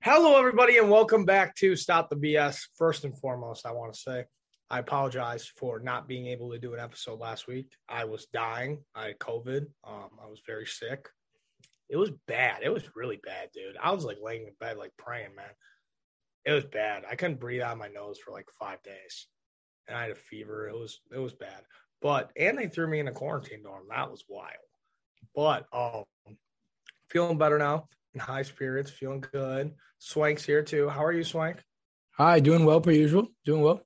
Hello, everybody, and welcome back to Stop the BS. First and foremost, I want to say I apologize for not being able to do an episode last week. I was dying. I had COVID. Um, I was very sick. It was bad. It was really bad, dude. I was like laying in bed, like praying, man. It was bad. I couldn't breathe out of my nose for like five days, and I had a fever. It was it was bad. But and they threw me in a quarantine dorm. That was wild. But um, feeling better now. In high spirits, feeling good. Swank's here too. How are you, Swank? Hi, doing well per usual. Doing well.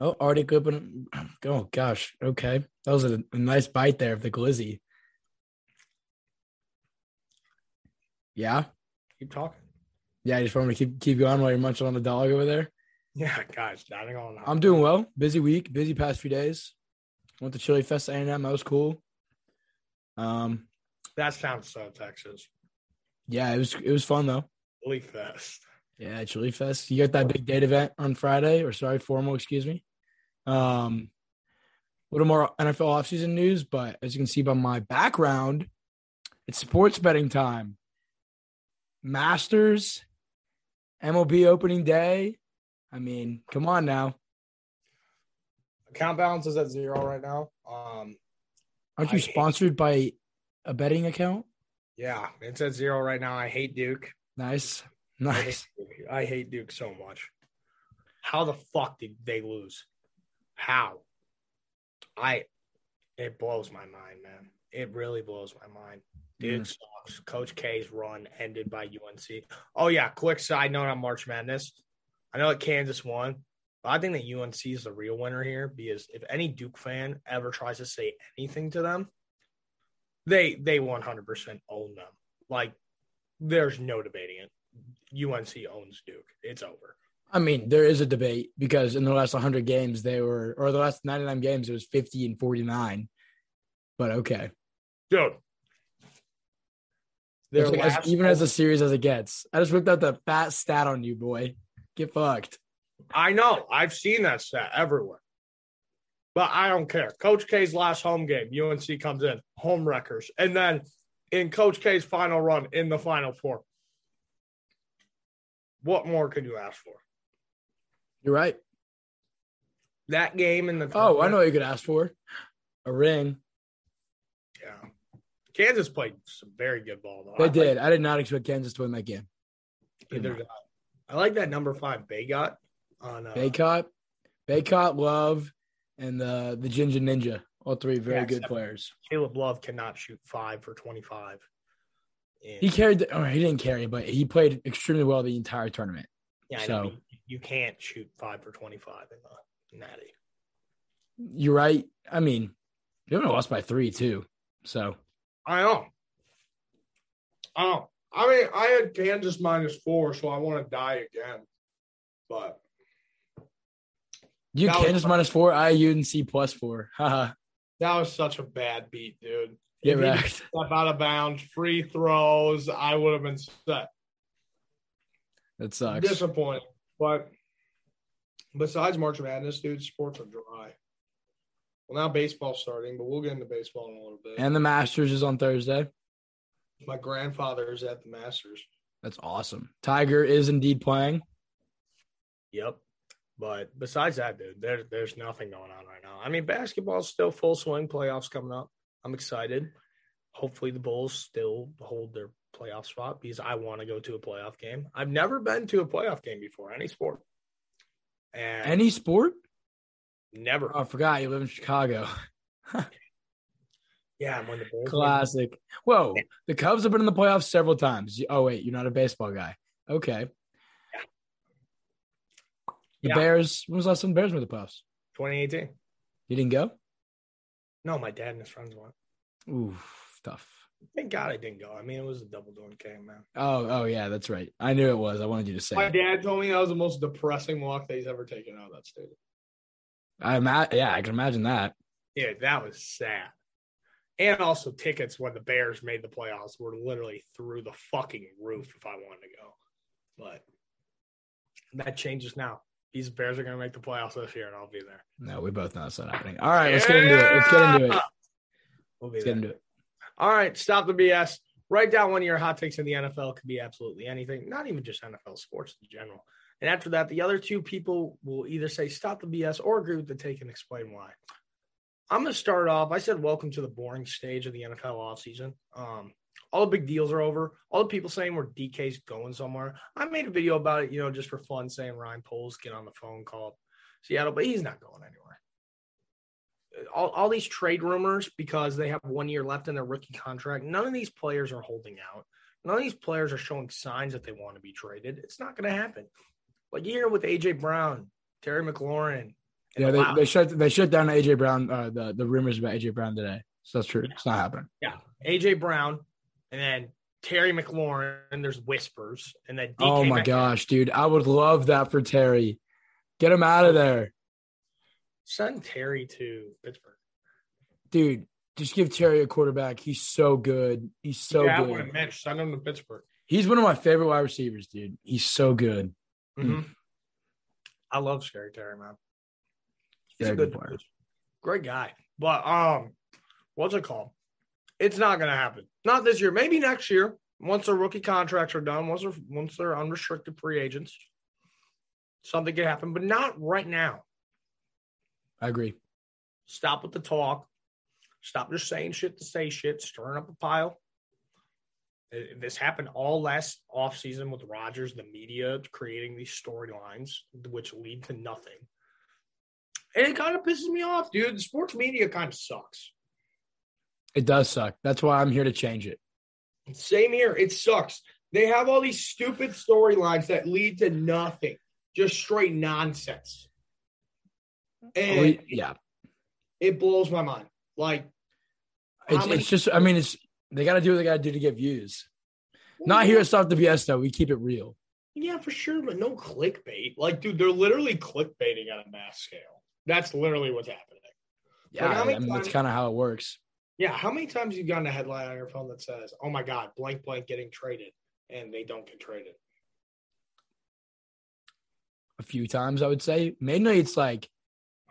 Oh, already clipping. Oh gosh. Okay, that was a, a nice bite there of the glizzy. Yeah, Keep talking. yeah. I just want me to keep keep going while you're munching on the dog over there. Yeah, guys, nothing on. I'm doing well. Busy week. Busy past few days. Went to Chili Fest A and M. That was cool. Um, That sounds so Texas. yeah, it was it was fun though. Holy fest. Yeah, Chili Fest. You got that big date event on Friday, or sorry, formal, excuse me. Um, a little more NFL offseason news, but as you can see by my background, it's sports betting time. Masters, MLB opening day. I mean, come on now. Account balance is at zero right now. Um, Aren't you I hate- sponsored by a betting account? yeah, it's at zero right now. I hate Duke. Nice. I hate Nice. Duke. I hate Duke so much. How the fuck did they lose? How? I. It blows my mind, man. It really blows my mind. Duke sucks. Coach K's run ended by UNC. Oh yeah, quick side note on March Madness. I know that Kansas won, but I think that UNC is the real winner here because if any Duke fan ever tries to say anything to them, they they 100% own them. Like there's no debating it. UNC owns Duke. It's over. I mean, there is a debate because in the last 100 games, they were, or the last 99 games, it was 50 and 49. But okay. Dude. It's like as- even as a series as it gets. I just whipped out the fat stat on you, boy. Get fucked. I know. I've seen that stat everywhere. But I don't care. Coach K's last home game, UNC comes in, home wreckers. And then in Coach K's final run in the final four. What more could you ask for? You're right. That game in the Oh, I know tournament- what you could ask for. A ring. Yeah. Kansas played some very good ball though. I They like did. I did not expect Kansas to win that game. either guy. I like that number five Bay got on uh, Baycott, Baycott, Love, and the the Ginger Ninja. All three very Yeah, good except- players. Caleb Love cannot shoot five for twenty five. He carried. The, or he didn't carry, but he played extremely well the entire tournament. Yeah, I So- know, but you- you can't shoot five for 25 in the natty. You're right. I mean, they only lost by three too. So I know. I know. I mean, I had Kansas minus four, so I want to die again. But you That was- Kansas minus four, IU and C plus four. Haha. that was such a bad beat, dude. If Get he didn't wrecked. step out of bounds, free throws, I would have been set. That sucks. Disappointing. But besides March Madness, dude, sports are dry. Well, now baseball's starting, but we'll get into baseball in a little bit. And the Masters is on Thursday. My grandfather is at the Masters. That's awesome. Tiger is indeed playing. Yep. But besides that, dude, there, there's nothing going on right now. I mean, basketball's still full swing. Playoffs coming up. I'm excited. Hopefully, the Bulls still hold their playoff spot because I want to go to a playoff game. I've never been to a playoff game before, any sport. And Any sport? never. Oh, I forgot you live in Chicago. yeah, when the Bulls Classic. Whoa, the Cubs have been in the playoffs several times. You- Oh wait, you're not a baseball guy. Okay. The Yeah. Bears. When was the last time the Bears were in the playoffs? 2018. You didn't go. No, my dad and his friends went. Ooh, tough. Thank God I didn't go. I mean, it was a double doing game, man. Oh, oh yeah, that's right. I knew it was. I wanted you to say. My it. dad told me that was the most depressing walk that he's ever taken out of that stadium. I ima- yeah, I can imagine that. Yeah, that was sad. And also, tickets when the Bears made the playoffs were literally through the fucking roof if I wanted to go. But that changes now. These Bears are going to make the playoffs this year, and I'll be there. No, we both know it's not happening. All right, let's get into it. Let's get into it. We'll be Let's get there. into it. All right, stop the BS. write down one of your hot takes in the NFL. Could be absolutely anything, not even just NFL sports in general. And after that, the other two people will either say stop the BS or agree with the take and explain why. I'm going to start off. I said, welcome to the boring stage of the NFL offseason. Um, all the big deals are over. All the people saying where DK's going somewhere. I made a video about it, you know, just for fun, saying Ryan Poles get on the phone, call Seattle, but he's not going anywhere. All, all these trade rumors because they have one year left in their rookie contract. None of these players are holding out. None of these players are showing signs that they want to be traded. It's not going to happen. Like year with AJ Brown, Terry McLaurin, Yeah, they, Wow. they shut they shut down AJ Brown. Uh, the the rumors about AJ Brown today. So that's true. It's not happening. Yeah, AJ Brown, and then Terry McLaurin. And there's whispers, and then DK oh my Metcalf. gosh, dude! I would love that for Terry. Get him out of there, send Terry to Pittsburgh. dude. Just give Terry a quarterback. He's so good. He's so yeah, I would good. have Mitch. Send him to Pittsburgh. He's one of my favorite wide receivers, dude. He's so good. Mhm. I love Scary Terry, man. He's Very a good, good player. great guy. But um, what's it called? It's not gonna happen. Not this year. Maybe next year. Once their rookie contracts are done, once they're once they're unrestricted free agents, something could happen. But not right now. I agree. Stop with the talk. Stop just saying shit to say shit, stirring up a pile. Uh, This happened all last offseason with Rodgers, the media creating these storylines, which lead to nothing. And it kind of pisses me off, dude. The sports media kind of sucks. It does suck. That's why I'm here to change it. Same here. It sucks. They have all these stupid storylines that lead to nothing, just straight nonsense. And yeah, it blows my mind. Like, it's, How many- it's just. I mean, it's they got to do what they got to do to get views. Not here at Stop the BS though. We keep it real. Yeah, for sure, but no clickbait. Like, dude, they're literally clickbaiting on a mass scale. That's literally what's happening. Yeah, how many I mean, that's times- kind of how it works. Yeah, how many times you gotten a headline on your phone that says, "Oh my God, blank blank getting traded," and they don't get traded? A few times, I would say. Mainly, it's like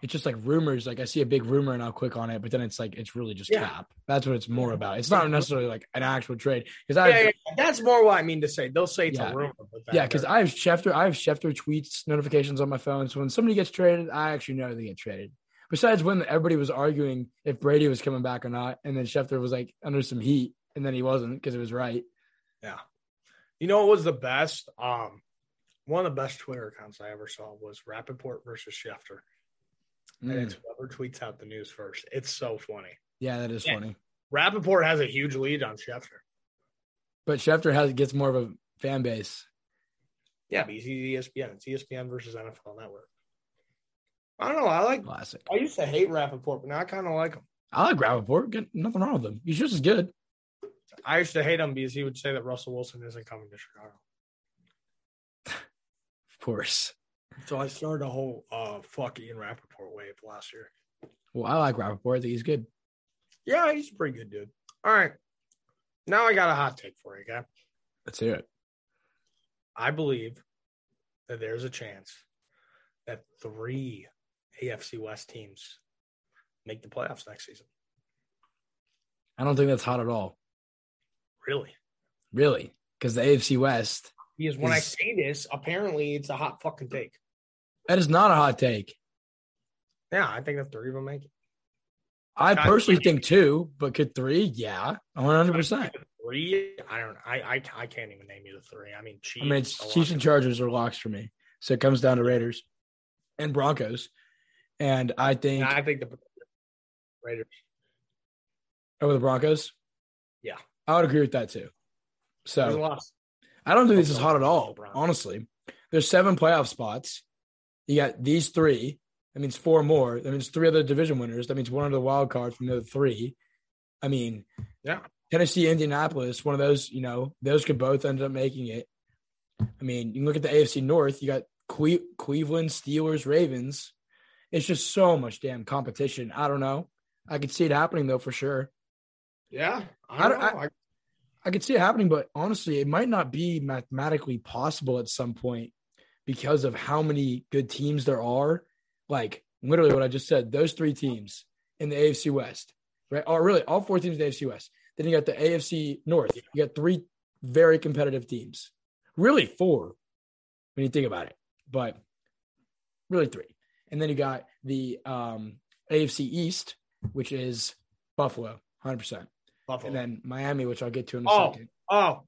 it's just like rumors. Like I see a big rumor and I'll click on it, but then it's like it's really just Yeah. cap. That's what it's more Yeah. about. It's not necessarily like an actual trade because I Yeah, yeah, yeah, that's more what I mean to say. They'll say it's Yeah. a rumor, but then Yeah, because they're- I have Schefter, I have Schefter tweets notifications on my phone. So when somebody gets traded, I actually know they get traded. Besides when everybody was arguing if Brady was coming back or not, and then Schefter was like under some heat, and then he wasn't because it was right. you know, what was the best. Um, one of the best Twitter accounts I ever saw was Rappaport versus Schefter, and Mm. it's whoever tweets out the news first. It's so funny. Yeah, that is Yeah. funny. Rappaport has a huge lead on Schefter. But Schefter has gets more of a fan base. Yeah, but he's ESPN. It's E ESPN versus NFL Network. I don't know. I like. Classic. I used to hate Rappaport, but now I kind of like him. I like Rappaport. Good, nothing wrong with him. He's just as good. I used to hate him because he would say that Russell Wilson isn't coming to Chicago. Of course. So I started a whole uh, fuck Ian Rappaport wave last year. Well, I like Rappaport. I think he's good. Yeah, he's a pretty good dude. All right. Now I got a hot take for you, guy. Let's hear it. I believe that there's a chance that three AFC West teams make the playoffs next season. I don't think that's hot at all, Really? really, because the AFC West Because when I Is- say this, apparently it's a hot fucking take. that is not a hot take. Yeah, I think the three of them make it. I I- personally think two, but could three? Yeah, one hundred percent. Three? I don't. I, I I can't even name you the three. I mean, I Chiefs. mean, it's Broncos. Chiefs and Chargers are locks for me, so it comes down to Raiders and Broncos. And I think And I think the Raiders. over the Broncos, Yeah. I would agree with that too. There's a So lot of- I don't think this is hot at all. Broncos. Honestly, there's seven playoff spots. You got these three. That means four more. That means three other division winners. That means one under the wild card from the other three. I mean, Yeah. Tennessee, Indianapolis, one of those, you know, those could both end up making it. I mean, you can look at the AFC North, you got Cle- Cleveland, Steelers, Ravens. It's just so much damn competition. I don't know. I could see it happening though for sure. Yeah, I I don't don't- know. I, I could see it happening, but honestly, it might not be mathematically possible at some point because of how many good teams there are. Like literally what I just said, those three teams in the AFC West, right? Or really all four teams in the AFC West. Then you got the AFC North. You got three very competitive teams. Really four when you think about it, but really three. And then you got the um, AFC East, which is Buffalo, 100%. Buffalo. And then Miami, which I'll get to in a Oh. second. oh.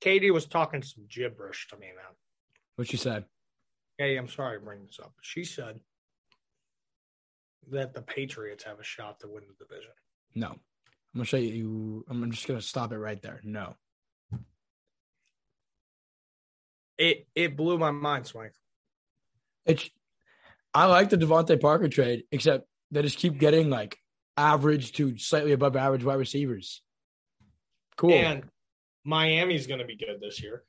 Katie was talking some gibberish to me, man. What you said. Katie, I'm sorry to bring this up. She said that the Patriots have a shot to win the division. No. I'm going to show you. I'm just going to stop it right there. No. It it blew my mind, Swank. It's, I like the Devontae Parker trade, except they just keep getting like average to slightly above average wide receivers. Cool. And Miami's going to be good this year.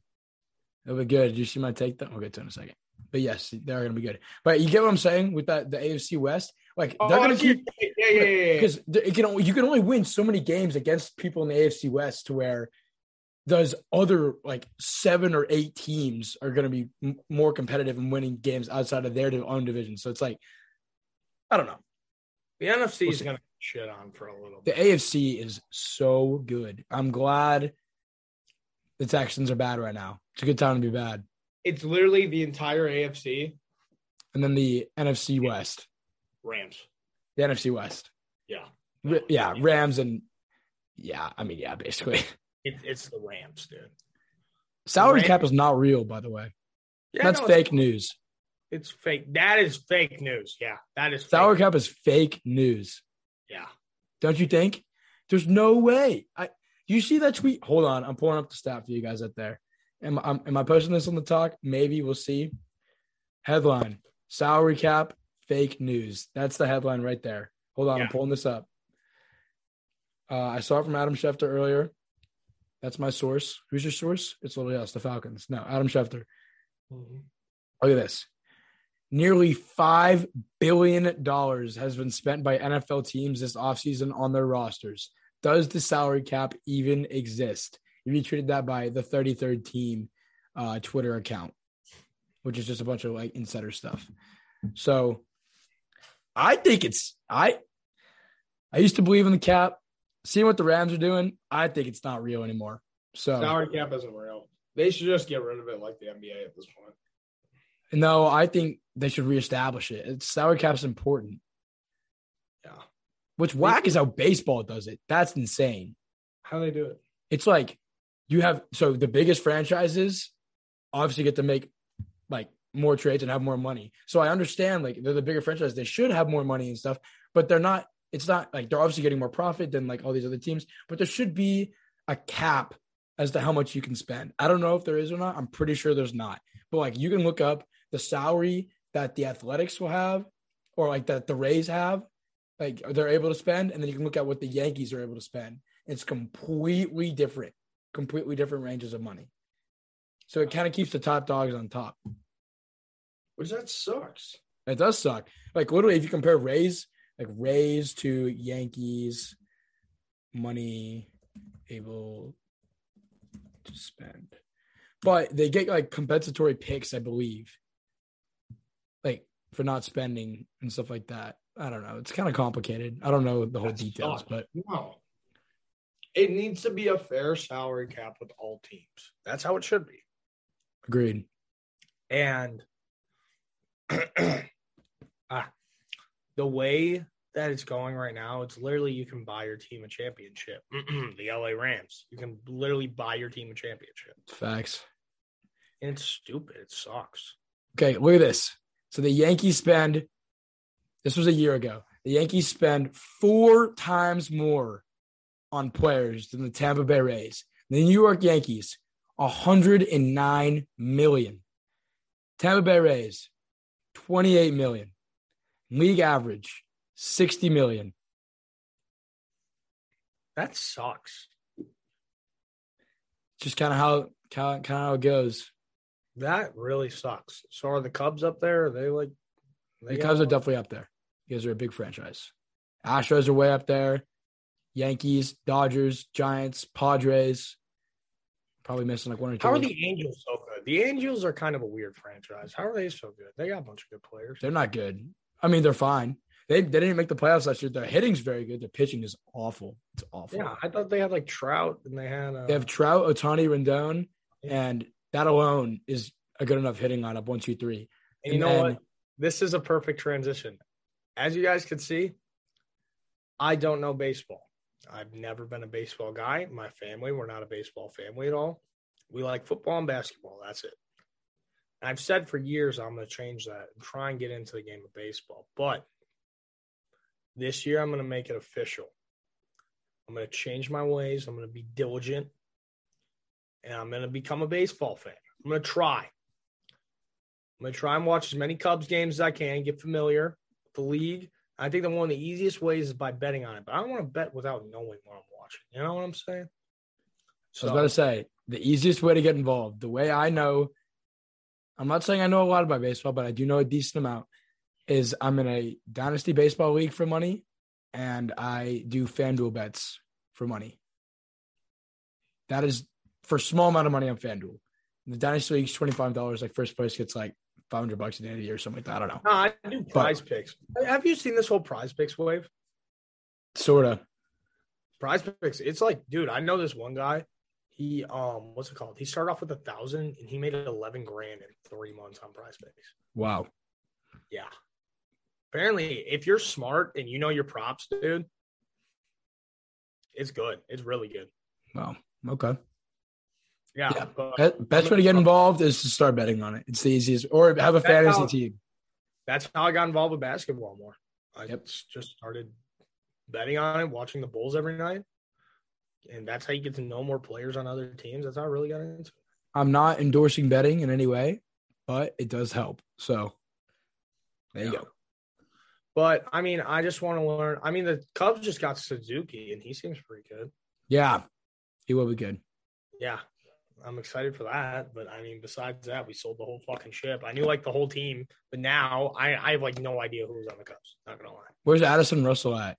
It'll be good. Did you see my take that? We'll get to it in a second. But yes, they're going to be good. But you get what I'm saying with that the AFC West. Like they're going to yeah, keep Oh, yeah, yeah, yeah, yeah. because th- it can only, you can only win so many games against people in the AFC West to where those other like seven or eight teams are going to be m- more competitive and winning games outside of their div- own division. So it's like I don't know. The NFC We'll is see. going to shit on for a little The bit. AFC is so good. I'm glad the Texans are bad right now. It's a good time to be bad. It's literally the entire AFC And then the NFC Yeah. West, Rams. the NFC West. Yeah. R- yeah, Rams and yeah, I mean, yeah, basically. It, it's the Rams, dude. Salary Rams- cap is not real, by the way. Yeah, That's no, it's- fake news. It's fake. That is fake news. Yeah, that is fake. Salary cap is fake news. Yeah, Don't you think? There's no way. I you see that tweet? Hold on, I'm pulling up the stat for you guys out there. Am I, am I posting this on the talk? Maybe we'll see. Headline: Salary cap fake news. That's the headline right there. Hold on, I'm Yeah. pulling this up. Uh, I saw it from Adam Schefter earlier. That's my source. Who's your source? It's literally us, the Falcons. No, Adam Schefter. Look at this. Nearly $5 billion has been spent by NFL teams this offseason on their rosters. Does the salary cap even exist? If you treated that by the 33rd team uh, Twitter account, which is just a bunch of like insider stuff. So I think it's, I, I used to believe in the cap. Seeing what the Rams are doing, I think it's not real anymore. So salary cap isn't real. They should just get rid of it like the NBA at this point. No, I think they should reestablish it. It's, salary cap's important. Yeah. What's whack is how baseball does it. That's insane. How do they do it? It's like you have so the biggest franchises obviously get to make like more trades and have more money. So I understand like they're the bigger franchise, they should have more money and stuff, but they're not. It's not like they're obviously getting more profit than like all these other teams, but there should be a cap as to how much you can spend. I don't know if there is or not. I'm pretty sure there's not, but like you can look up the salary that the Athletics will have, or like that the Rays have, like they're able to spend, and then you can look at what the Yankees are able to spend. It's completely different, completely different ranges of money. So it kind of keeps the top dogs on top. Which that sucks. It does suck. Like literally, if you compare Rays, like Rays to Yankees, money able to spend, but they get like compensatory picks, I believe, like for not spending and stuff like that. I don't know. It's kind of complicated. I don't know the whole That details, sucks. but No. It needs to be a fair salary cap with all teams. That's how it should be. agreed. And ah, the way that it's going right now, it's literally you can buy your team a championship. the LA Rams, you can literally buy your team a championship. Facts. And it's stupid. It sucks. Okay, look at this. So the Yankees spend, this was a year ago, the Yankees spend four times more on players than the Tampa Bay Rays. The New York Yankees, 109 million. Tampa Bay Rays, 28 million. League average, 60 million. That sucks. Just kind of how kind of how it goes. That really sucks. So are the Cubs up there? Are they like The got Cubs are one? definitely up there. You guys are a big franchise. Astros are way up there. Yankees, Dodgers, Giants, Padres. Probably missing like one or two. How are the Angels so good? The Angels are kind of a weird franchise. How are they so good? They got a bunch of good players. They're not good. I mean, they're fine. They, they didn't make the playoffs last year. Their hitting's very good. Their pitching is awful. It's awful. Yeah, I thought they had like Trout and they had. Uh, They have Trout, Otani, Rendon, and that alone is a good enough hitting lineup. One, two, three. and you and know then- what? This is a perfect transition. As you guys can see, I don't know baseball. I've never been a baseball guy. My family, we're not a baseball family at all. We like football and basketball. That's it. And I've said for years I'm going to change that and try and get into the game of baseball. But this year I'm going to make it official. I'm going to change my ways. I'm going to be diligent and I'm going to become a baseball fan. I'm going to try. I'm going to try and watch as many Cubs games as I can, get familiar with the league. I think that one of the easiest ways is by betting on it, but I don't want to bet without knowing what I'm watching. You know what I'm saying? I was about to say the easiest way to get involved, the way I know, I'm not saying I know a lot about baseball, but I do know a decent amount, is I'm in a dynasty baseball league for money and I do FanDuel bets for money. That is for a small amount of money on FanDuel. The dynasty league's $25, like first place gets like 500 bucks at the end of the year or something like that. I don't know. No, I do prize picks. Have you seen this whole prize picks wave? Sort of. Prize picks. It's like, dude, I know this one guy. He um what's it called? He started off with a thousand and he made eleven grand in three months on prize picks. Wow. Yeah. Apparently, if you're smart and you know your props, dude, it's good. It's really good. Wow. Okay. Yeah. Yeah. but Be- Best way to get involved is to start betting on it. It's the easiest, or have a That's fantasy how- team. that's how I got involved with basketball more. I Yep. s- just started betting on it, watching the Bulls every night. And that's how you get to know more players on other teams. That's how I really got into it. I'm not endorsing betting in any way, but it does help. So there you Yeah. go. But I mean, I just want to learn. I mean, the Cubs just got Suzuki and he seems pretty good. Yeah, he will be good. Yeah. I'm excited for that. But I mean, besides that, we sold the whole fucking ship. I knew like the whole team, but now I, I have like no idea who was on the Cubs. Not gonna lie. Where's Addison Russell at?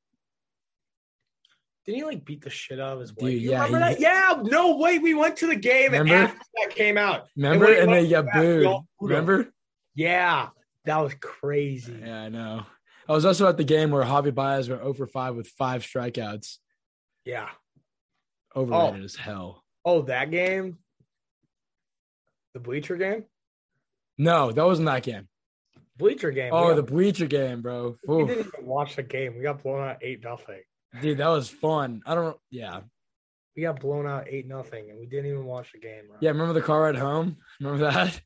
Didn't he like beat the shit out of his Dude, wife? You yeah, remember he- that? Yeah, no way. We went to the game and Remember? after that came out. Remember? when he And, went they got back, booed. y'all booed him. Remember? Yeah, that was crazy. Yeah, I know. I was also at the game where Javi Baez went 0 for 5 with five strikeouts. Yeah. Overrated as hell. Oh, that game? The bleacher game? No, that wasn't that game. Bleacher game. Oh, we the got- bleacher game, bro. we Oof. didn't even watch the game. We got blown out eight nothing. Dude, that was fun. I don't. Yeah, We got blown out eight nothing, and we didn't even watch the game. Right? yeah. Remember the car ride home? Remember that?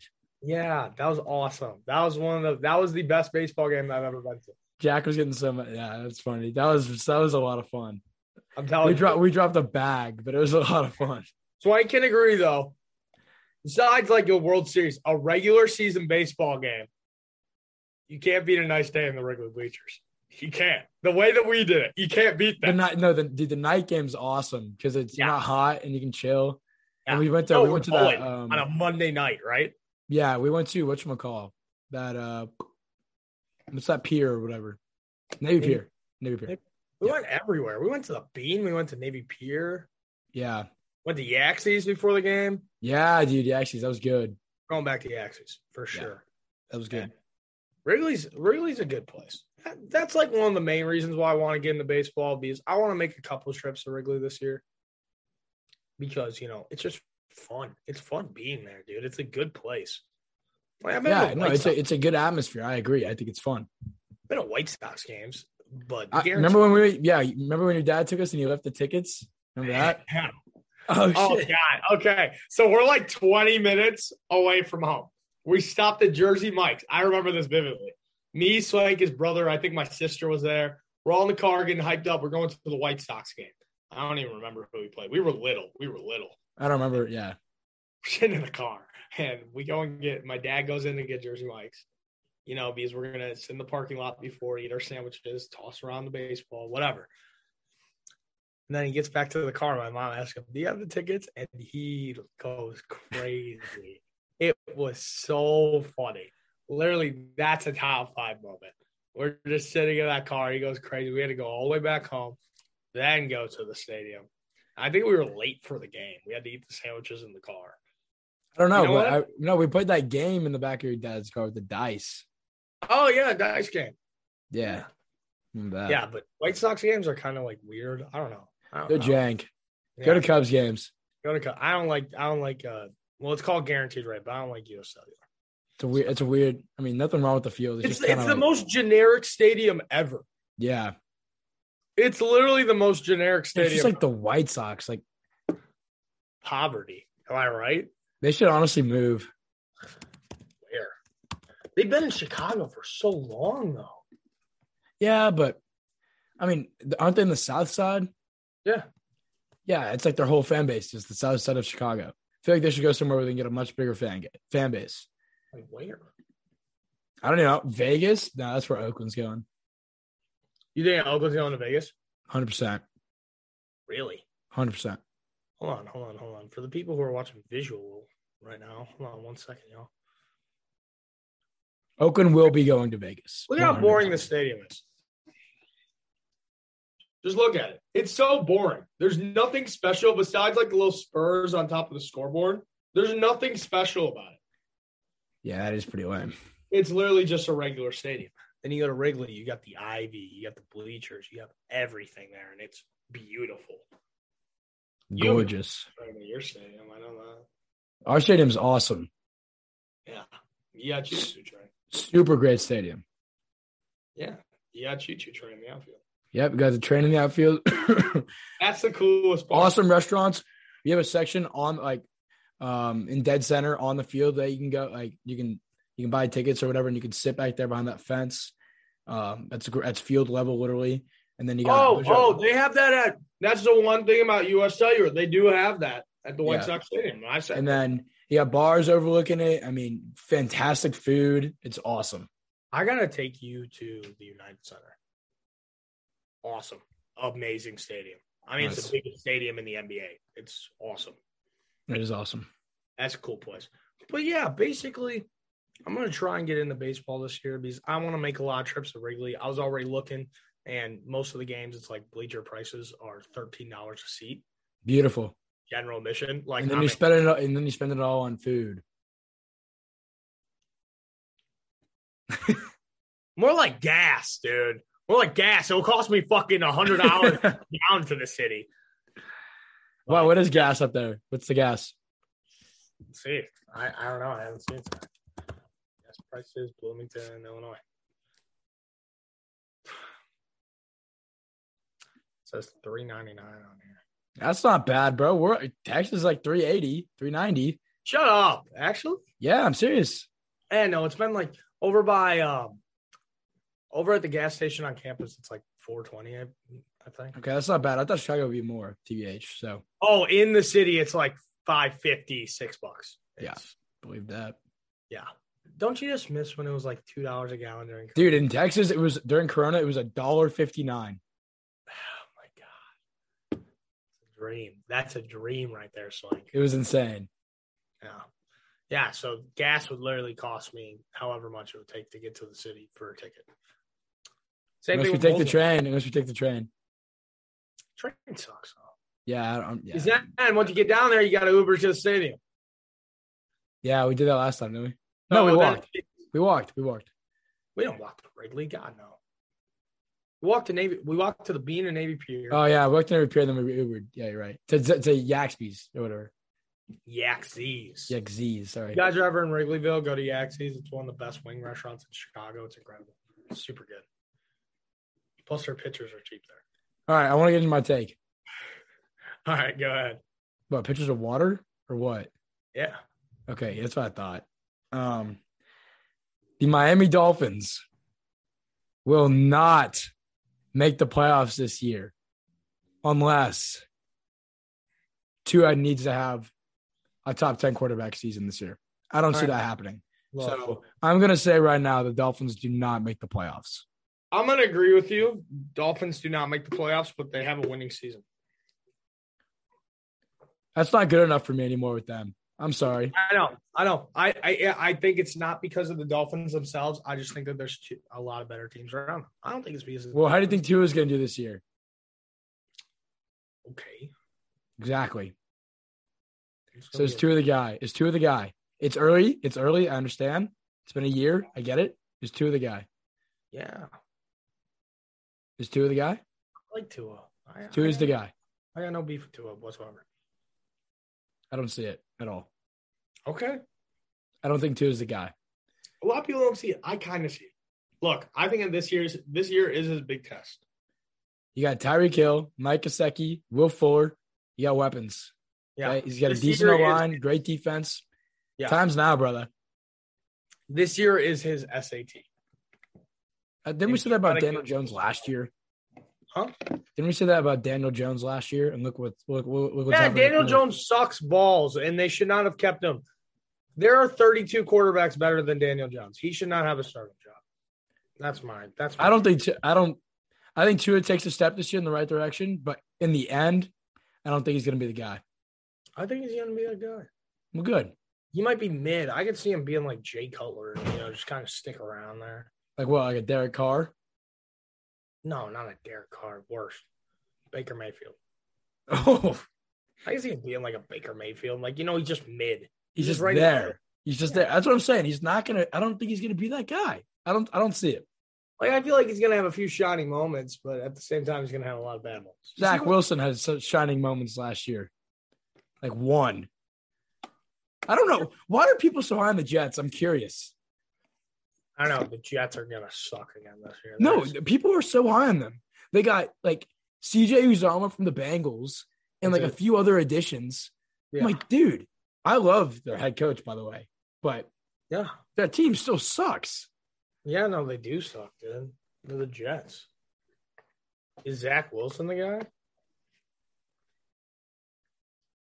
yeah, that was awesome. That was one of the that was the best baseball game I've ever been to. Jack was getting so much. Yeah, that's funny. That was that was a lot of fun. I'm telling we Oh, you. dropped we dropped a bag, but it was a lot of fun. so I can agree though. Besides, like a World Series, a regular season baseball game, you can't beat a nice day in the regular bleachers. You can't. The way that we did it, you can't beat The that. night no, the dude, the night game's awesome because it's Yeah. not hot and you can chill. And Yeah. we went to No, we we're went to bowling that um, on a Monday night, right? yeah, we went to whatchamacall, that uh what's that pier or whatever. Navy Navy- Pier. Navy Pier. Navy- We Yeah. went everywhere. We went to the Bean. We went to Navy Pier. Yeah. Went to Yaxies before the game. Yeah, dude, yeah, actually that was good. Going back to Yaxies for Yeah. sure. That was good. Wrigley's Wrigley's a good place. That- That's like one of the main reasons why I want to get into baseball because I want to make a couple of trips to Wrigley this year. Because you know it's just fun. It's fun being there, dude. It's a good place. Like, I've been, Yeah, to, no, White it's Sox, a it's a good atmosphere. I agree. I think it's fun. been to White Sox games, but I, guarantee- remember when we were, yeah, you remember when your dad took us and you left the tickets? Remember that? Yeah. Oh, Oh shit. God. Okay. So we're like 20 minutes away from home. We stopped at Jersey Mike's. I remember this vividly. Me, Swank, his brother, I think my sister was there. We're all in the car getting hyped up. We're going to the White Sox game. I don't even remember who we played. We were little. We were little. I don't remember. Yeah. We're sitting in the car. And we go and get my dad goes in and get Jersey Mike's. You know, because we're gonna sit in the parking lot before, eat our sandwiches, toss around the baseball, whatever. And then he gets back to the car. My mom asks him, Do you have the tickets? And he goes crazy. it was so funny. Literally, that's a top five moment. We're just sitting in that car. He goes crazy. We had to go all the way back home, then go to the stadium. I think we were late for the game. We had to eat the sandwiches in the car. I don't know, You know but I, no, we played that game in the back of your dad's car with the dice. Oh yeah, dice game. Yeah, Mm, That. Yeah, but White Sox games are kind of like weird. I don't know. I don't They're know. jank. Yeah. Go to Cubs games. Go to Cub- I don't like. I don't like. uh Well, it's called guaranteed rate, but I don't like U.S. Cellular. It's a weird. It's a weird. I mean, nothing wrong with the field. It's, It's, just it's kinda the like- most generic stadium ever. Yeah, It's literally the most generic it's stadium. just like the White Sox. Like poverty. Am I right? they should honestly move. Where they've been in Chicago for so long though. Yeah, but I mean, aren't they in the South Side? Yeah. Yeah, it's like their whole fan base is the South Side of Chicago. I feel like they should go somewhere where they can get a much bigger fan ga- fan base. Like where? I don't know. Vegas? No, that's where Oakland's going. You think Oakland's going to Vegas? 100%. Really? 100%. Hold on, hold on, hold on. For the people who are watching visual right now, hold on one second, y'all. Oakland will be going to Vegas. Look how boring 100%. this stadium is. Just look at it. It's so boring. There's nothing special besides like the little spurs on top of the scoreboard. There's nothing special about it. Yeah, that is pretty lame. It's literally just a regular stadium. Then you go to Wrigley, you got the ivy, you got the bleachers, you have everything there, and it's beautiful. You- Gorgeous. I don't know your stadium. I don't know. Our stadium's awesome. Yeah. You got choo-choo train. Super great stadium. Yeah. You got choo-choo train in the outfield. Yep, we got the train in the outfield. That's the coolest part. awesome restaurants. We have a section on like um in dead center on the field that you can go like you can you can buy tickets or whatever and you can sit back there behind that fence. Um that's gr- that's field level literally. And then you got Oh, there's a- oh, they have that at that's the one thing about US Cellular. They do have that at the White Yeah. Sox Stadium. I said and then you got bars overlooking it. I mean, fantastic food. It's awesome. I gotta take you to the United Center. Awesome. Amazing stadium. I mean it's Nice. the biggest stadium in the NBA. It's awesome. It is awesome. That's a cool place. But yeah, basically, I'm gonna try and get into baseball this year because I want to make a lot of trips to Wrigley. I was already looking, and most of the games, it's like bleacher prices are thirteen dollars a seat, Beautiful. general admission. Like, and then I'm you in- spend it all- and then you spend it all on food. more like gas, dude. More like gas. It'll cost me fucking hundred dollars down to the city. wow, what is gas up there? What's the gas? Let's see, I, I don't know. I haven't seen it. Gas prices, Bloomington, Illinois. says three ninety nine on here. That's not bad, bro. We're Texas is like 380, 390. Shut up. Actually, Yeah, I'm serious. and no, it's been like over by um over at the gas station on campus. It's like four twenty, I, I think. Okay, that's not bad. I thought Chicago would be more TBH, so Oh, in the city, it's like five fifty, six bucks. Yeah. It's- believe that. yeah. Don't you just miss when it was like two dollars a gallon during? COVID? Dude, in Texas, it was during Corona, it was a dollar fifty nine. Oh my god, it's a dream. That's a dream right there, Swank. It was insane. Yeah, yeah. So gas would literally cost me however much it would take to get to the city for a ticket. Same unless we with take the Bozeman. train, unless we take the train. Train sucks. Though. Yeah, I don't, Is yeah. that and once you get down there, you got to Uber to the stadium. yeah, we did that last time, didn't we? No, we that- walked. We walked. We walked. we don't walk to Wrigley. God no. We walked to Navy. We walked to the Bean and Navy Pier. Oh yeah, we walked in a repair, then we Ubered. Yeah, you're right. To to, to Yaxby's or whatever. Yaxies. Yaxz's. Sorry. You guys are ever in Wrigleyville? Go to Yaxies. It's one of the best wing restaurants in Chicago. It's incredible. It's super good. Plus, their pitchers are cheap there. All right, I want to get into my take. All right, go ahead. What pictures of water or what? Yeah. Okay, that's what I thought. Um, the Miami Dolphins will not make the playoffs this year unless Tua needs to have a top 10 quarterback season this year. I don't All see right. that happening. so So I'm going to say right now the Dolphins do not make the playoffs. I'm going to agree with you. Dolphins do not make the playoffs, but they have a winning season. That's not good enough for me anymore with them. I'm sorry. I know. I know. I I, I think it's not because of the Dolphins themselves. I just think that there's two, a lot of better teams around. them. I don't think it's because. Of Well, how do you think Tua is going to do this year? Okay. Exactly. It's So gonna it's be a- two of the guy. It's two of the guy. It's early. It's early. I understand. It's been a year. I get it. It's two of the guy. Yeah. Is Tua the guy? I like Tua. I, Tua's I, the guy. I got no beef with Tua whatsoever. I don't see it at all. Okay. I don't think Tua's the guy. A lot of people don't see it. I kind of see it. Look, I think in this year's this year is his big test. You got Tyreek Hill, Mike Gesicki, Will Fuller. You got weapons. Yeah. right? He's got This a decent year is- line, great defense. Yeah. Times now, brother. This year is his SAT. Uh, didn't we And say that about gotta Daniel get- Jones last year? Huh? Didn't we say that about Daniel Jones last year? And look what look look, look what's Yeah, happening. Daniel Jones sucks balls, and they should not have kept him. There are 32 quarterbacks better than Daniel Jones. He should not have a starting job. That's mine. That's I don't think I don't. I think Tua takes a step this year in the right direction, but in the end, I don't think he's going to be the guy. I think he's gonna be that guy. Well, good. He might be mid. I could see him being like Jay Cutler, you know, just kind of stick around there. Like what? Like a Derek Carr? No, not a Derek Carr. Worse, Baker Mayfield. Oh, I can see him being like a Baker Mayfield. Like you know, he's just mid. he's just right there. He's just there. That's what I'm saying. He's not gonna. I don't think he's gonna be that guy. I don't. I don't see it. Like I feel like he's gonna have a few shining moments, but at the same time, he's gonna have a lot of bad ones. Zach Wilson had such shining moments last year, like one. I don't know why are people so high on the Jets. I'm curious. I don't know. The Jets are gonna suck again this year. No, They're- people are so high on them. They got like CJ Uzama from the Bengals and like a That's it. few other additions. yeah. I'm like, dude, I love their head coach, by the way, but yeah, their team still sucks. yeah. No, they do suck, dude. They're the Jets. Is Zach Wilson the guy?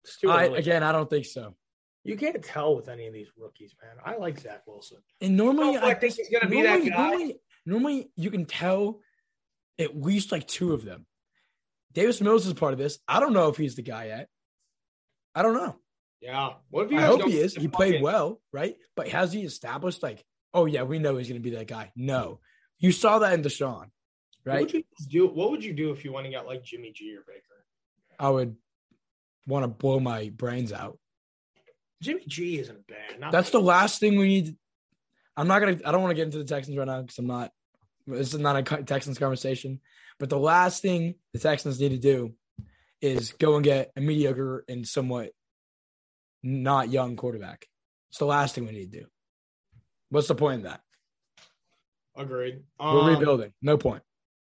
It's too I, early. again, I don't think so. You can't tell with any of these rookies, man. I like Zach Wilson. And normally, Oh, I I, think he's gonna be that normally, guy. normally, normally you can tell at least like two of them. Davis Mills is part of this. I don't know if he's the guy yet. I don't know. Yeah. What if I guys hope don't he is. He fucking- played well, right? But has he established like, oh yeah, we know he's going to be that guy? No, you saw that in Deshaun, What would right? you do? What would you do if you went and got like Jimmy G or Baker? I would want to blow my brains out. Jimmy G isn't bad. Not That's the bad. last thing we need. I'm not gonna. I don't want to get into the Texans right now because I'm not. This is not a co- Texans conversation. But the last thing the Texans need to do is go and get a mediocre and somewhat not young quarterback. It's the last thing we need to do. What's the point of that? agreed. We're Um, rebuilding. No point.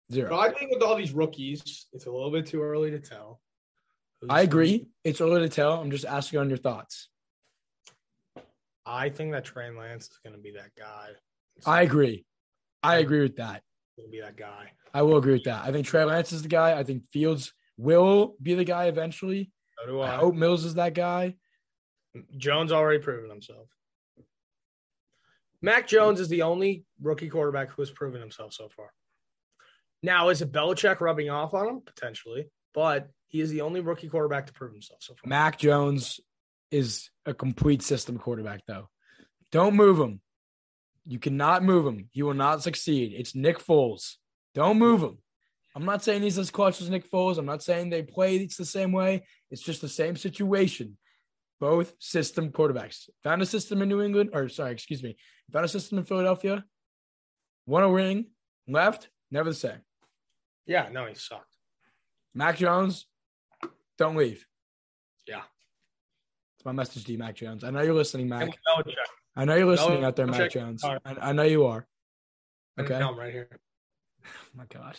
So Zero. I think with all these rookies, it's a little bit too early to tell. who's- I agree. It's early to tell. I'm just asking on your thoughts. I think that Trey Lance is going to be that guy. I agree. I agree with that. going to be that guy. I will agree with that. I think Trey Lance is the guy. I think Fields will be the guy eventually. So do I I. hope Mills is that guy. Jones already proven himself. Mac Jones is the only rookie quarterback who has proven himself so far. Now, is it Belichick rubbing off on him? Potentially, but he is the only rookie quarterback to prove himself so far. Mac Jones is a complete system quarterback, though. Don't move him. You cannot move him. He will not succeed. It's Nick Foles. Don't move him. I'm not saying he's as clutch as Nick Foles. I'm not saying they play it's the same way. It's just the same situation. Both system quarterbacks. Found a system in New England, or sorry, excuse me. Found a system in Philadelphia. Won a ring. Left. Never the same. yeah, no, he sucked. Mac Jones, don't leave. Yeah. It's my message to you, Mac Jones. I know you're listening, Mac. And Belichick, I know you're listening No, out there, I'll Mac check. Jones. I, All I know you are. okay, Okay. no, I'm right here. Oh my God.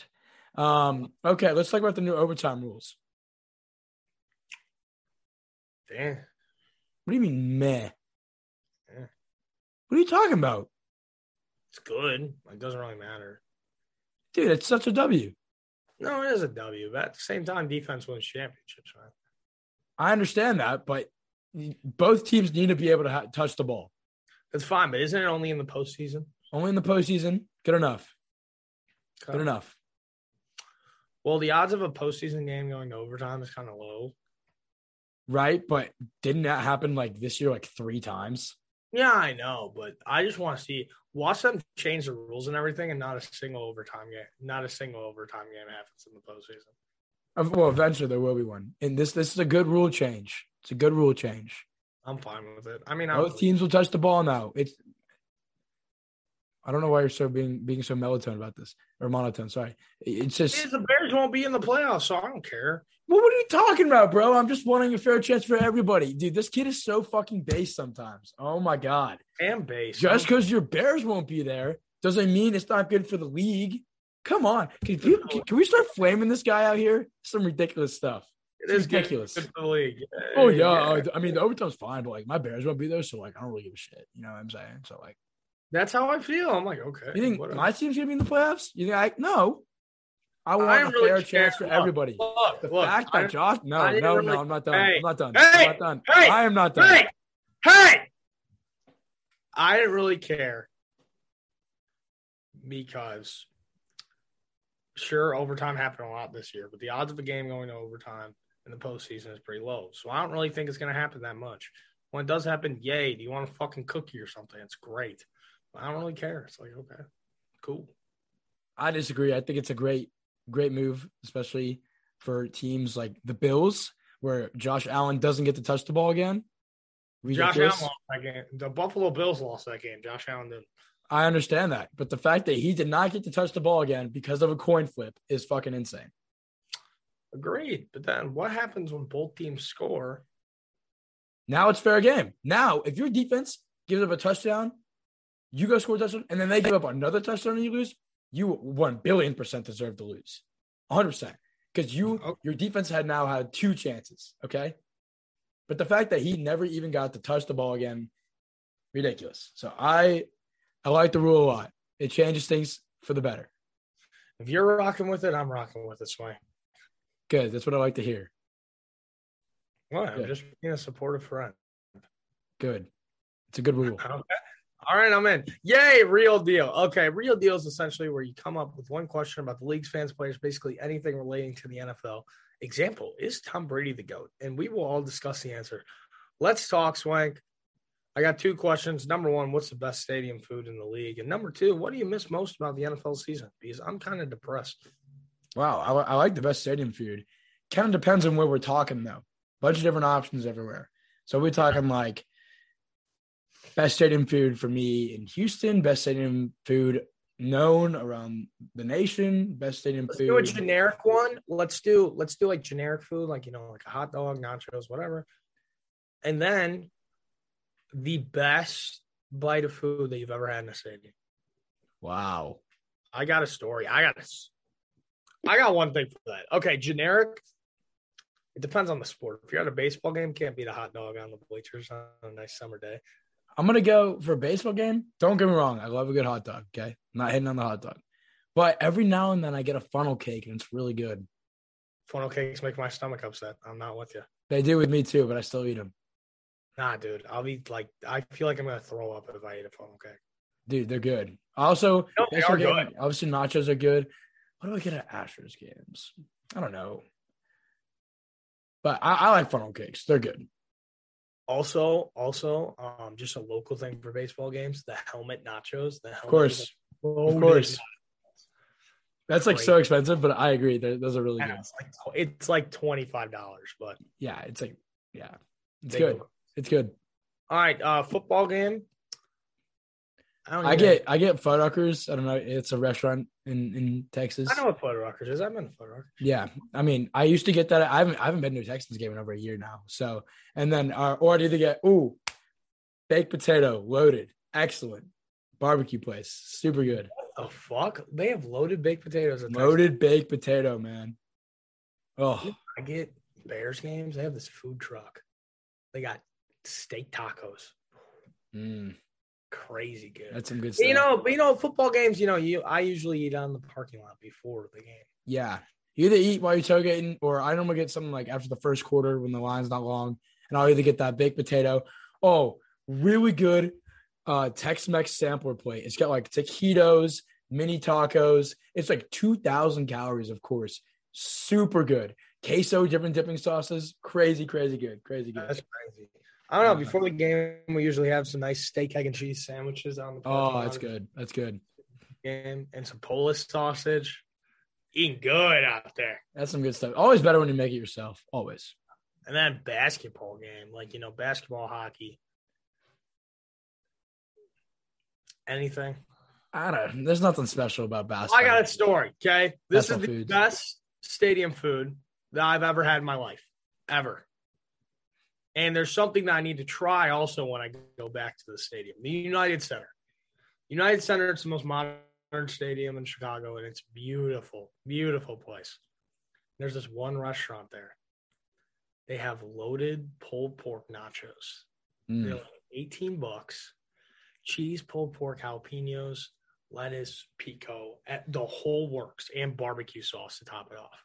Um, okay, let's talk about the new overtime rules. Damn. What do you mean, meh? Yeah. What are you talking about? It's good. It doesn't really matter. Dude, it's such a W. No, it is a W. But at the same time, defense wins championships, man. I understand that, but both teams need to be able to ha- touch the ball. That's fine, but isn't it only in the postseason? Only in the postseason, good enough. Okay. Good enough. Well, the odds of a postseason game going to overtime is kind of low. Right? But didn't that happen like this year, like three times? Yeah, I know, but I just want to see watch them change the rules and everything, and not a single overtime game, not a single overtime game happens in the postseason. Of- Well, eventually there will be one. And this this is a good rule change. It's a good rule change. I'm fine with it. I mean, I'm Both teams will touch the ball now. It's I don't know why you're so being being so monotone about this or monotone. Sorry, it's just The Bears won't be in the playoffs, so I don't care. Well, what are you talking about, bro? I'm just wanting a fair chance for everybody, dude. This kid is so fucking base sometimes. Oh my god. Fan base. Just because your Bears won't be there doesn't mean it's not good for the league. Come on, can, you- can- can we start flaming this guy out here? Some ridiculous stuff. it is ridiculous. Good for the league. Oh yeah, I mean the overtime's fine, but like my Bears won't be there, so like I don't really give a shit. You know what I'm saying? So like, that's how I feel. I'm like, okay. you think whatever. my team's gonna be in the playoffs? You think I no? I want I'm a really fair chance for scared. everybody. look, The look, fact that I'm- Josh, no, I didn't no, really- no, I'm not done. Hey, I'm not done. hey, I'm not done. hey, I am not done. Hey, hey! I didn't really care because, sure, overtime happened a lot this year, but the odds of a game going to overtime in the postseason is pretty low. So I don't really think it's going to happen that much. When it does happen, yay! Do you want a fucking cookie or something? It's great. I don't really care. It's like okay, cool. I disagree. I think it's a great, great move, especially for teams like the Bills, where Josh Allen doesn't get to touch the ball again. Josh Allen Ridiculous. lost that game. The Buffalo Bills lost that game. Josh Allen did. I understand that, but the fact that he did not get to touch the ball again because of a coin flip is fucking insane. Agreed. But then what happens when both teams score? Now it's fair game. Now, if your defense gives up a touchdown, you go score a touchdown, and then they give up another touchdown and you lose, you 1 billion percent deserve to lose. 100%. Because you Okay. your defense had now had two chances, okay? But the fact that he never even got to touch the ball again, ridiculous. So I I like the rule a lot. It changes things for the better. If you're rocking with it, I'm rocking with it, Sway. Good. That's what I like to hear. Well, I'm Yeah. just being a supportive friend. Good. It's a good rule. Okay. All right, I'm in. Yay, real deal. Okay, real deal is essentially where you come up with one question about the league's fans, players, basically anything relating to the NFL. Example is Tom Brady the GOAT? And we will all discuss the answer. Let's talk, Swank. I got two questions. Number one, what's the best stadium food in the league? And number two, what do you miss most about the NFL season? Because I'm kind of depressed. Wow, I, li- I like the best stadium food. Kind of depends on where we're talking though. Bunch of different options everywhere. So we're talking like best stadium food for me in Houston, best stadium food known around the nation, best stadium Let's do a food. generic one. Let's do let's do like generic food, like you know, like a hot dog, nachos, whatever. And then the best bite of food that you've ever had in a stadium. wow. I got a story. I got a s- I got one thing for that. Okay, generic. It depends on the sport. If you're at a baseball game, can't beat a hot dog on the bleachers on a nice summer day. I'm gonna go for a baseball game. Don't get me wrong, I love a good hot dog. Okay, not hitting on the hot dog, but every now and then I get a funnel cake and it's really good. Funnel cakes make my stomach upset. I'm not with you. They do with me too, but I still eat them. Nah, dude. I'll be like, I feel like I'm gonna throw up if I eat a funnel cake. Dude, they're good. Also, No, they baseball are good. game, obviously nachos are good. What do I get at Astros games? I don't know. But I, I like funnel cakes. They're good. Also, also, um, just a local thing for baseball games: the helmet nachos. The helmet Of course. Of course. That's like so expensive, but I agree. They're, those are really good. It's like it's like twenty five dollars, but Yeah, it's like yeah. It's they good. go- It's good. All right, uh, football game. I don't. I even- get I get Fuddruckers. I don't know. It's a restaurant in in Texas. I know what Footrockers is. I've been to Foot Rockers. Yeah, I mean, I used to get that. I haven't, I haven't been to a Texans game in over a year now. So, and then, uh, or I either get ooh, baked potato loaded, excellent barbecue place, super good. The fuck? They have loaded baked potatoes. At Texas. Loaded baked potato, man. Oh, I get Bears games. They have this food truck. They got steak tacos. mm, Crazy good. that's some good But stuff. you know, but you know, football games. You know, you I usually eat on the parking lot before the game. yeah, you either eat while you're tailgating, or I normally get something like after the first quarter when the line's not long, and I'll either get that baked potato. Oh, really good uh Tex-Mex sampler plate. It's got like taquitos, mini tacos. It's like 2000 calories, of course. Super good. Queso, different dipping sauces. Crazy, crazy good. Crazy good. That's crazy. I don't know. Yeah. Before the game, we usually have some nice steak, egg, and cheese sandwiches on the Oh, parking that's lot good. That's good. Game and some Polish sausage. Eating good out there. That's some good stuff. Always better when you make it yourself. Always. And then basketball game, like you know, basketball, hockey, anything. I don't. There's nothing special about basketball. I got a story. Okay, this That's is the all food. best stadium food that I've ever had in my life, ever. And there's something that I need to try also when I go back to the stadium, the United Center. United Center, it's the most modern stadium in Chicago, and it's beautiful, beautiful place. There's this one restaurant there. They have loaded pulled pork nachos. They're Mm. like 18 bucks. Cheese, pulled pork, jalapenos, lettuce, pico, at the whole works, and barbecue sauce to top it off.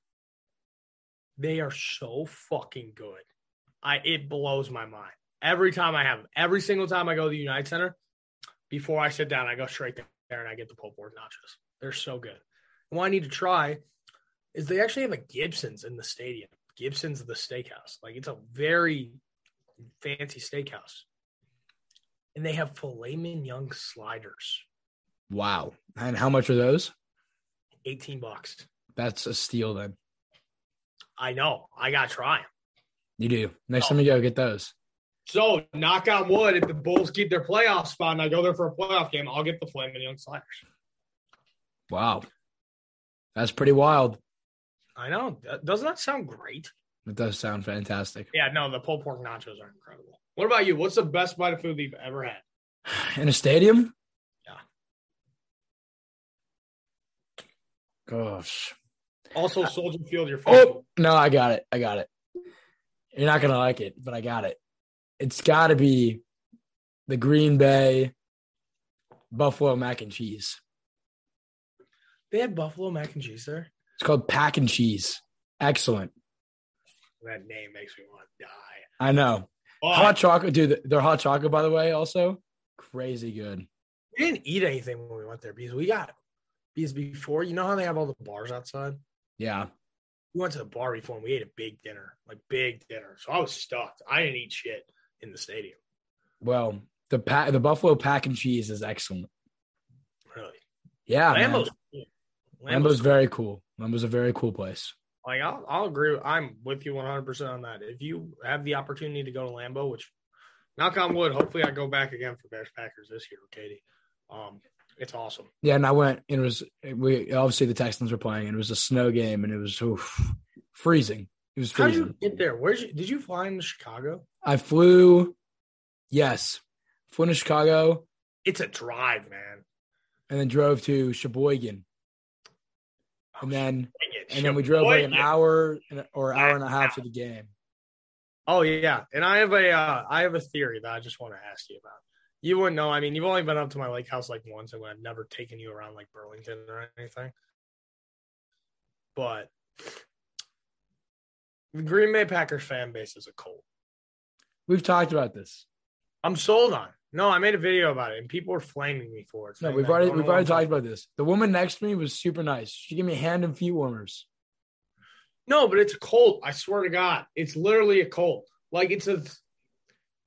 They are so fucking good. I it blows my mind. Every time I have them, every single time I go to the United Center, before I sit down, I go straight there and I get the pulled pork nachos. They're so good. And what I need to try is they actually have a Gibson's in the stadium. Gibson's the steakhouse. Like it's a very fancy steakhouse. And they have filet mignon sliders, Wow. And how much are those? 18 bucks. That's a steal. Then I know. I got to try 'em. you do. Next Oh. time you go, get those. So, knock on wood, if the Bulls keep their playoff spot and I go there for a playoff game, I'll get the filet mignon sliders. Wow. That's pretty wild. I know. Th- Doesn't that sound great? It does sound fantastic. Yeah, no, the pulled pork nachos are incredible. What about you? What's the best bite of food that you've ever had? In a stadium? Yeah. Gosh. Also, Soldier Field, your favorite. Oh no, I got it. I got it. You're not gonna like it, but I got it. It's gotta be the Green Bay Buffalo mac and cheese. They had buffalo mac and cheese there. It's called Pack and Cheese. Excellent. That name makes me want to die. I know. Oh, Hot chocolate, dude. Their hot chocolate, by the way, also crazy good. We didn't eat anything when we went there because we got because before you know how they have all the bars outside. Yeah. We went to the bar before and we ate a big dinner, like big dinner. So I was stuffed. I didn't eat shit in the stadium. Well, the pa- the Buffalo Pack and Cheese is excellent. Really, Yeah. Ah, man. Lambo's cool. Lambo's Lambo's very cool. Lambo's a very cool place. like I'll, I'll agree. with- I'm with you 100 percent on that. If you have the opportunity to go to Lambo, which knock on wood, hopefully I go back again for Bears Packers this year, Katie. Um, it's awesome. Yeah, and I went. It was we obviously the Texans were playing, and it was a snow game, and it was oof, freezing. It was How did freezing. you get there? Where you, did you fly into Chicago? I flew. Yes, flew to Chicago It's a drive, man. and then drove to Sheboygan, Oh, and then dang it. and then we drove like an Sheboygan. hour and- or hour and a half to the game. Oh yeah, and I have a uh, I have a theory that I just want to ask you about. You wouldn't know. I mean, you've only been up to my lake house like once, and I've never taken you around like Burlington or anything. But the Green Bay Packers fan base is a cult. We've talked about this. I'm sold on. it. No, I made a video about it, and people were flaming me for it. No, saying we've that already going we've already along- talked about this. The woman next to me was super nice. She gave me hand and feet warmers. No, but it's a cult. I swear to God, it's literally a cult. Like it's a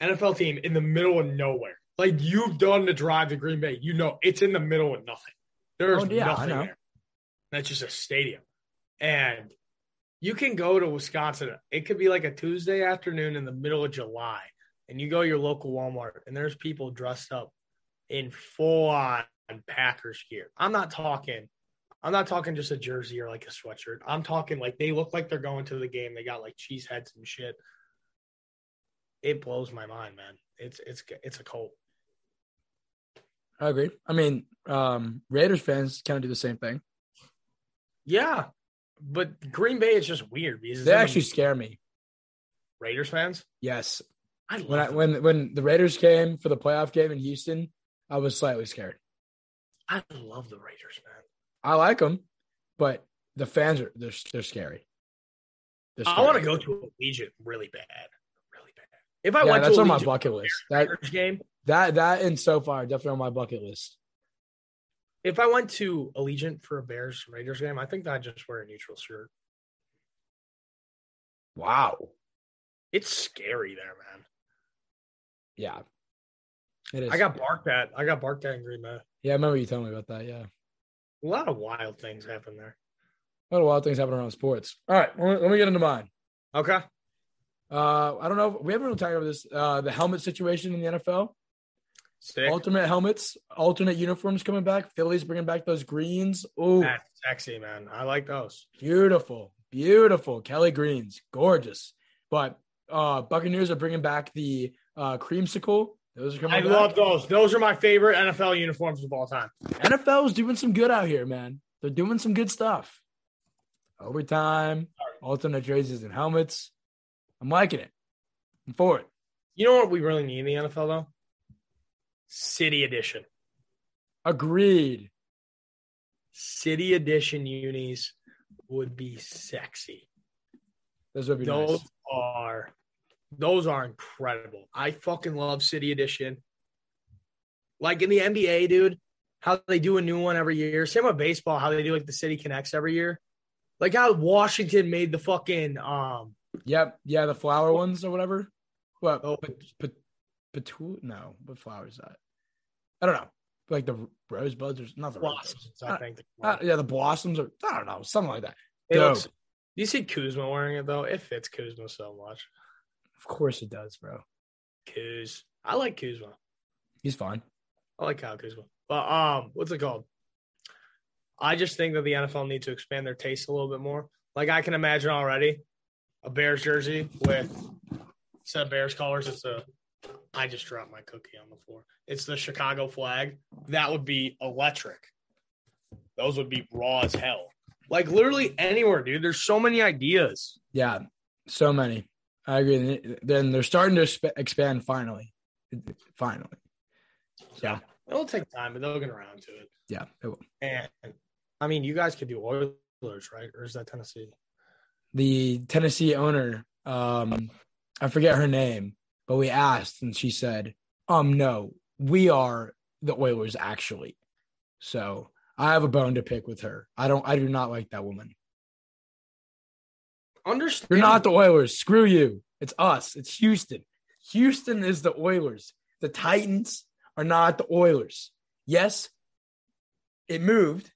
NFL team in the middle of nowhere. Like you've done the drive to Green Bay, you know it's in the middle of nothing. There's Oh, yeah, I nothing know. there. That's just a stadium, and you can go to Wisconsin. It could be like a Tuesday afternoon in the middle of July, and you go to your local Walmart, and there's people dressed up in full on Packers gear. I'm not talking I'm not talking just a jersey or like a sweatshirt. I'm talking like they look like they're going to the game. They got like cheese heads and shit. It blows my mind, man. It's it's it's a cult. I agree. I mean, um, Raiders fans kind of do the same thing. Yeah, but Green Bay is just weird because it's They in the actually scare me. Raiders fans. Yes, I love when I, them. when when the Raiders came for the playoff game in Houston, I was slightly scared. I love the Raiders, man. I like them, but the fans are they're they're scary. They're I scary. want to go to Allegiant really bad, really bad. If I Yeah, went that's to on my Allegiant bucket list. That Raiders game, that that and so far definitely on my bucket list. if I went to Allegiant for a Bears Raiders game, I think I'd just wear a neutral shirt. Wow. It's scary there, man. Yeah. It is. I got barked at. I got barked at in Green Bay. yeah. I remember you telling me about that. Yeah. A lot of wild things happen there. A lot of wild things happen around sports. All right. Let me, let me get into mine. Okay. Uh, I don't know. If, we haven't really talked about this. Uh, the helmet situation in the NFL. Sick. Alternate helmets, alternate uniforms coming back. Phillies bringing back those greens. Oh, That's sexy, man. I like those. beautiful, beautiful. Kelly greens, gorgeous. But uh Buccaneers are bringing back the uh creamsicle. Those are coming. I back. love those. Those are my favorite NFL uniforms of all time. NFL is doing some good out here, man. They're doing some good stuff. Overtime, alternate jerseys and helmets. I'm liking it. I'm for it. You know what we really need in the NFL though? City edition. Agreed. City edition unis would be sexy. Those would be Those nice. are those are incredible. I fucking love City Edition. Like in the NBA, dude, how they do a new one every year. Same with baseball, how they do like the City Connects every year. Like how Washington made the fucking um Yep. Yeah, the flower ones or whatever. What? Oh. Pet, pet, petu- no. What flower is that? I don't know. Like the rosebuds or not the rosebuds. blossoms, I think. Uh, yeah, the blossoms or I don't know, something like that. It dope. looks- you see Kuzma wearing it though? It fits Kuzma so much. Of course it does, bro. Kuz. I like Kuzma. He's fine. I like Kyle Kuzma. But um, what's it called? I just think that the NFL needs to expand their taste a little bit more. Like I can imagine already a Bears jersey with set of Bears colors. It's a I just dropped my cookie on the floor. It's the Chicago flag. That would be electric. Those would be raw as hell. Like literally anywhere, dude. There's so many ideas. Yeah, so many. I agree. Then they're starting to exp- expand finally. Finally. So, Yeah. It'll take time, but they'll get around to it. Yeah. it will. And I mean, you guys could do Oilers, right? Or is that Tennessee? The Tennessee owner, um, I forget her name, but we asked and she said, um, no, we are the Oilers actually. So I have a bone to pick with her. I don't, I do not like that woman. Understand? You're not the Oilers. Screw you. It's us. It's Houston. Houston is the Oilers. The Titans are not the Oilers. Yes, it moved.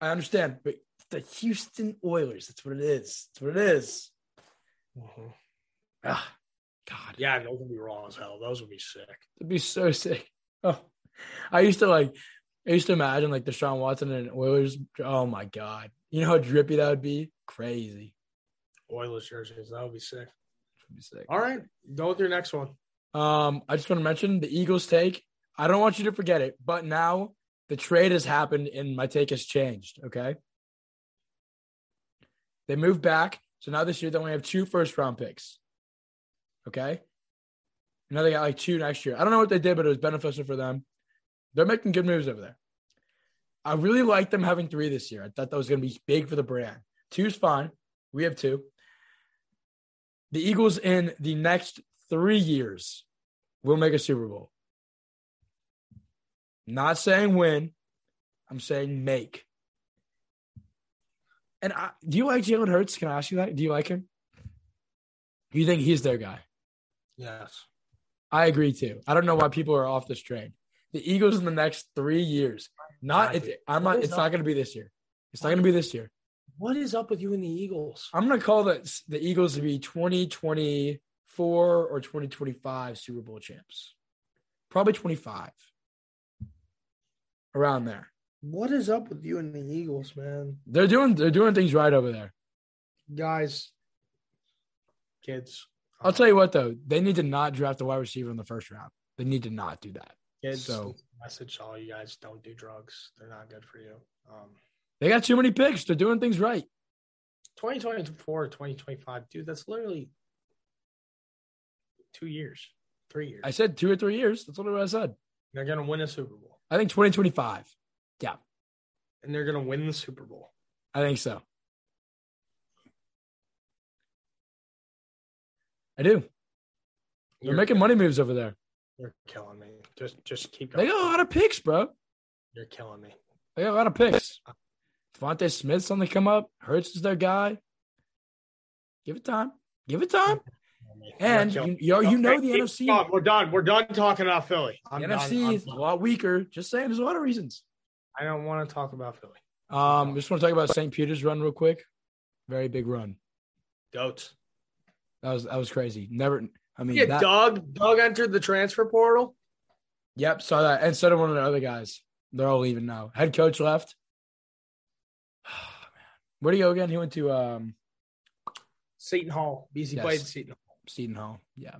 I understand, but the Houston Oilers, that's what it is. That's what it is. Mhm. Ah, God, Yeah, those would be raw as hell. Those would be sick. it'd be so sick. Oh, I used to like, I used to imagine like Deshaun Watson and Oilers. Oh my God. You know how drippy that would be? Crazy. Oilers jerseys, that would be sick. It'd be sick. All right, go with your next one. Um, I just want to mention the Eagles take. I don't want you to forget it, but now the trade has happened and my take has changed. Okay. They moved back. So now this year they only have two first round picks. Okay. Now they got like two next year. I don't know what they did, but it was beneficial for them. They're making good moves over there. I really like them having three this year. I thought that was going to be big for the brand. Two's fine. We have two. The Eagles in the next three years will make a Super Bowl. Not saying when, I'm saying make. And I, do you like Jalen Hurts? Can I ask you that? Do you like him? Do you think he's their guy? Yes. I agree too. I don't know why people are off this train. The Eagles in the next three years. Not it's I'm not it's not gonna be this year. It's not gonna be this year. What is up with you and the Eagles? I'm gonna call the the Eagles to be 2024 or 2025 Super Bowl champs. Probably 25. Around there. What is up with you and the Eagles, man? They're doing they're doing things right over there. Guys, kids. Um, I'll tell you what though, they need to not draft a wide receiver in the first round. They need to not do that. Kids, so- message to all you guys: don't do drugs. They're not good for you. Um, They got too many picks. They're doing things right. 2024, 2025, dude. That's literally two years, three years. I said two or three years. That's what I said. they're gonna win a Super Bowl, I think 2025. and they're gonna win the Super Bowl. I think so. I do. They're You're- making money moves over there. You're killing me. Just just keep They going. got a lot of picks, bro. You're killing me. They got a lot of picks. Devontae Smith's on the come up. Hurts is their guy. Give it time. Give it time. And You're you, you, killing- you know the Okay, NFC. stop. We're done. We're done talking about Philly. The I'm done. NFC I'm is a done. lot weaker. Just saying, there's a lot of reasons. I don't want to talk about Philly. Um, just want to talk about St. Peter's run real quick. Very big run. Goats. That was that was crazy. Never. I mean, Yeah, that, Doug. Doug entered the transfer portal. Yep, saw that. And so did one of the other guys. They're all leaving now. Head coach left. Oh, Where'd he go again? He went to um, Seton Hall. BC Yes. played Seton Hall, Seton Hall. Yeah.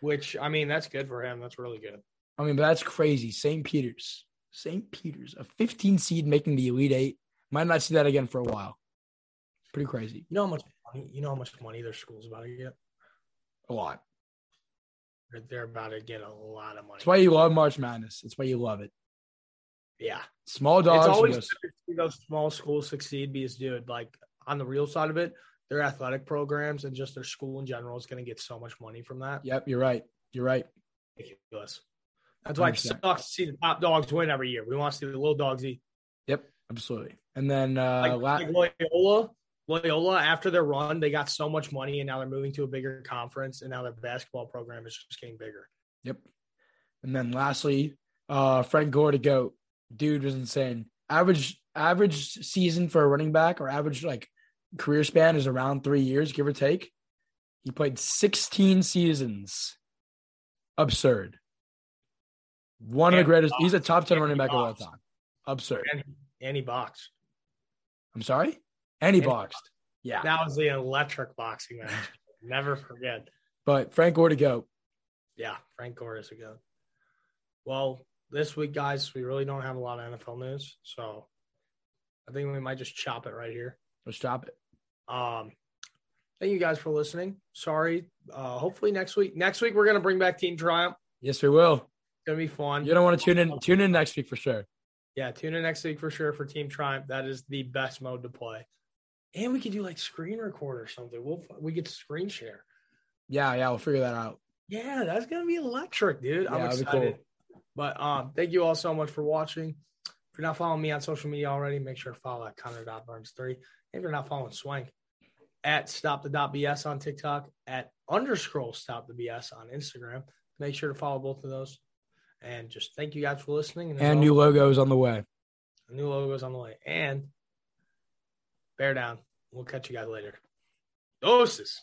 which I mean that's good for him. That's really good. I mean, but that's crazy. St. Peter's. St. Peter's, a 15 seed making the Elite Eight. Might not see that again for a while. Pretty crazy. You know how much money, you know how much money their school's about to get. A lot. They're, they're about to get a lot of money. That's why you love March Madness. That's why you love it. yeah, Small dogs. it's who always goes- good to see those small schools succeed because, dude, like on the real side of it, their athletic programs and just their school in general is going to get so much money from that. Yep, you're right. You're right. Ridiculous. That's why it 100%. sucks to see the top dogs win every year. We want to see the little dogs eat. Yep, absolutely. And then uh, Like, la- like Loyola, Loyola after their run, they got so much money, and now they're moving to a bigger conference, and now their basketball program is just getting bigger. Yep. And then lastly, uh Frank Gore to go. Dude was insane. Average average season for a running back or average like career span is around three years, give or take. He played 16 seasons. Absurd. One of And the greatest. box. He's a top 10 And running back of all box. time. Absurd. And Annie Box. I'm sorry? And he And- boxed. Yeah. That was the electric boxing match. Never forget. But Frank Gore to go. Yeah, Frank Gore is a good. Well, this week, guys, we really don't have a lot of NFL news, so I think we might just chop it right here. Let's drop it. Um, thank you guys for listening. Sorry. Uh, hopefully next week. Next week we're gonna bring back Team Triumph. Yes, we will. It's gonna be fun. You don't want to tune in. Tune in next week for sure. Yeah, tune in next week for sure for Team Triumph. That is the best mode to play. And we could do like screen record or something. We'll we could screen share. Yeah, yeah, we'll figure that out. Yeah, that's gonna be electric, dude. I'm Yeah, that'd be cool. excited. But um, thank you all so much for watching. If you're not following me on social media already, make sure to follow at Connor.Burns3. And if you're not following Swank, at stop the dot BS on TikTok, at underscroll stop the BS on Instagram. Make sure to follow both of those. And just thank you guys for listening. as And always- new logos on the way. New logos on the way. And bear down. We'll catch you guys later. Doses.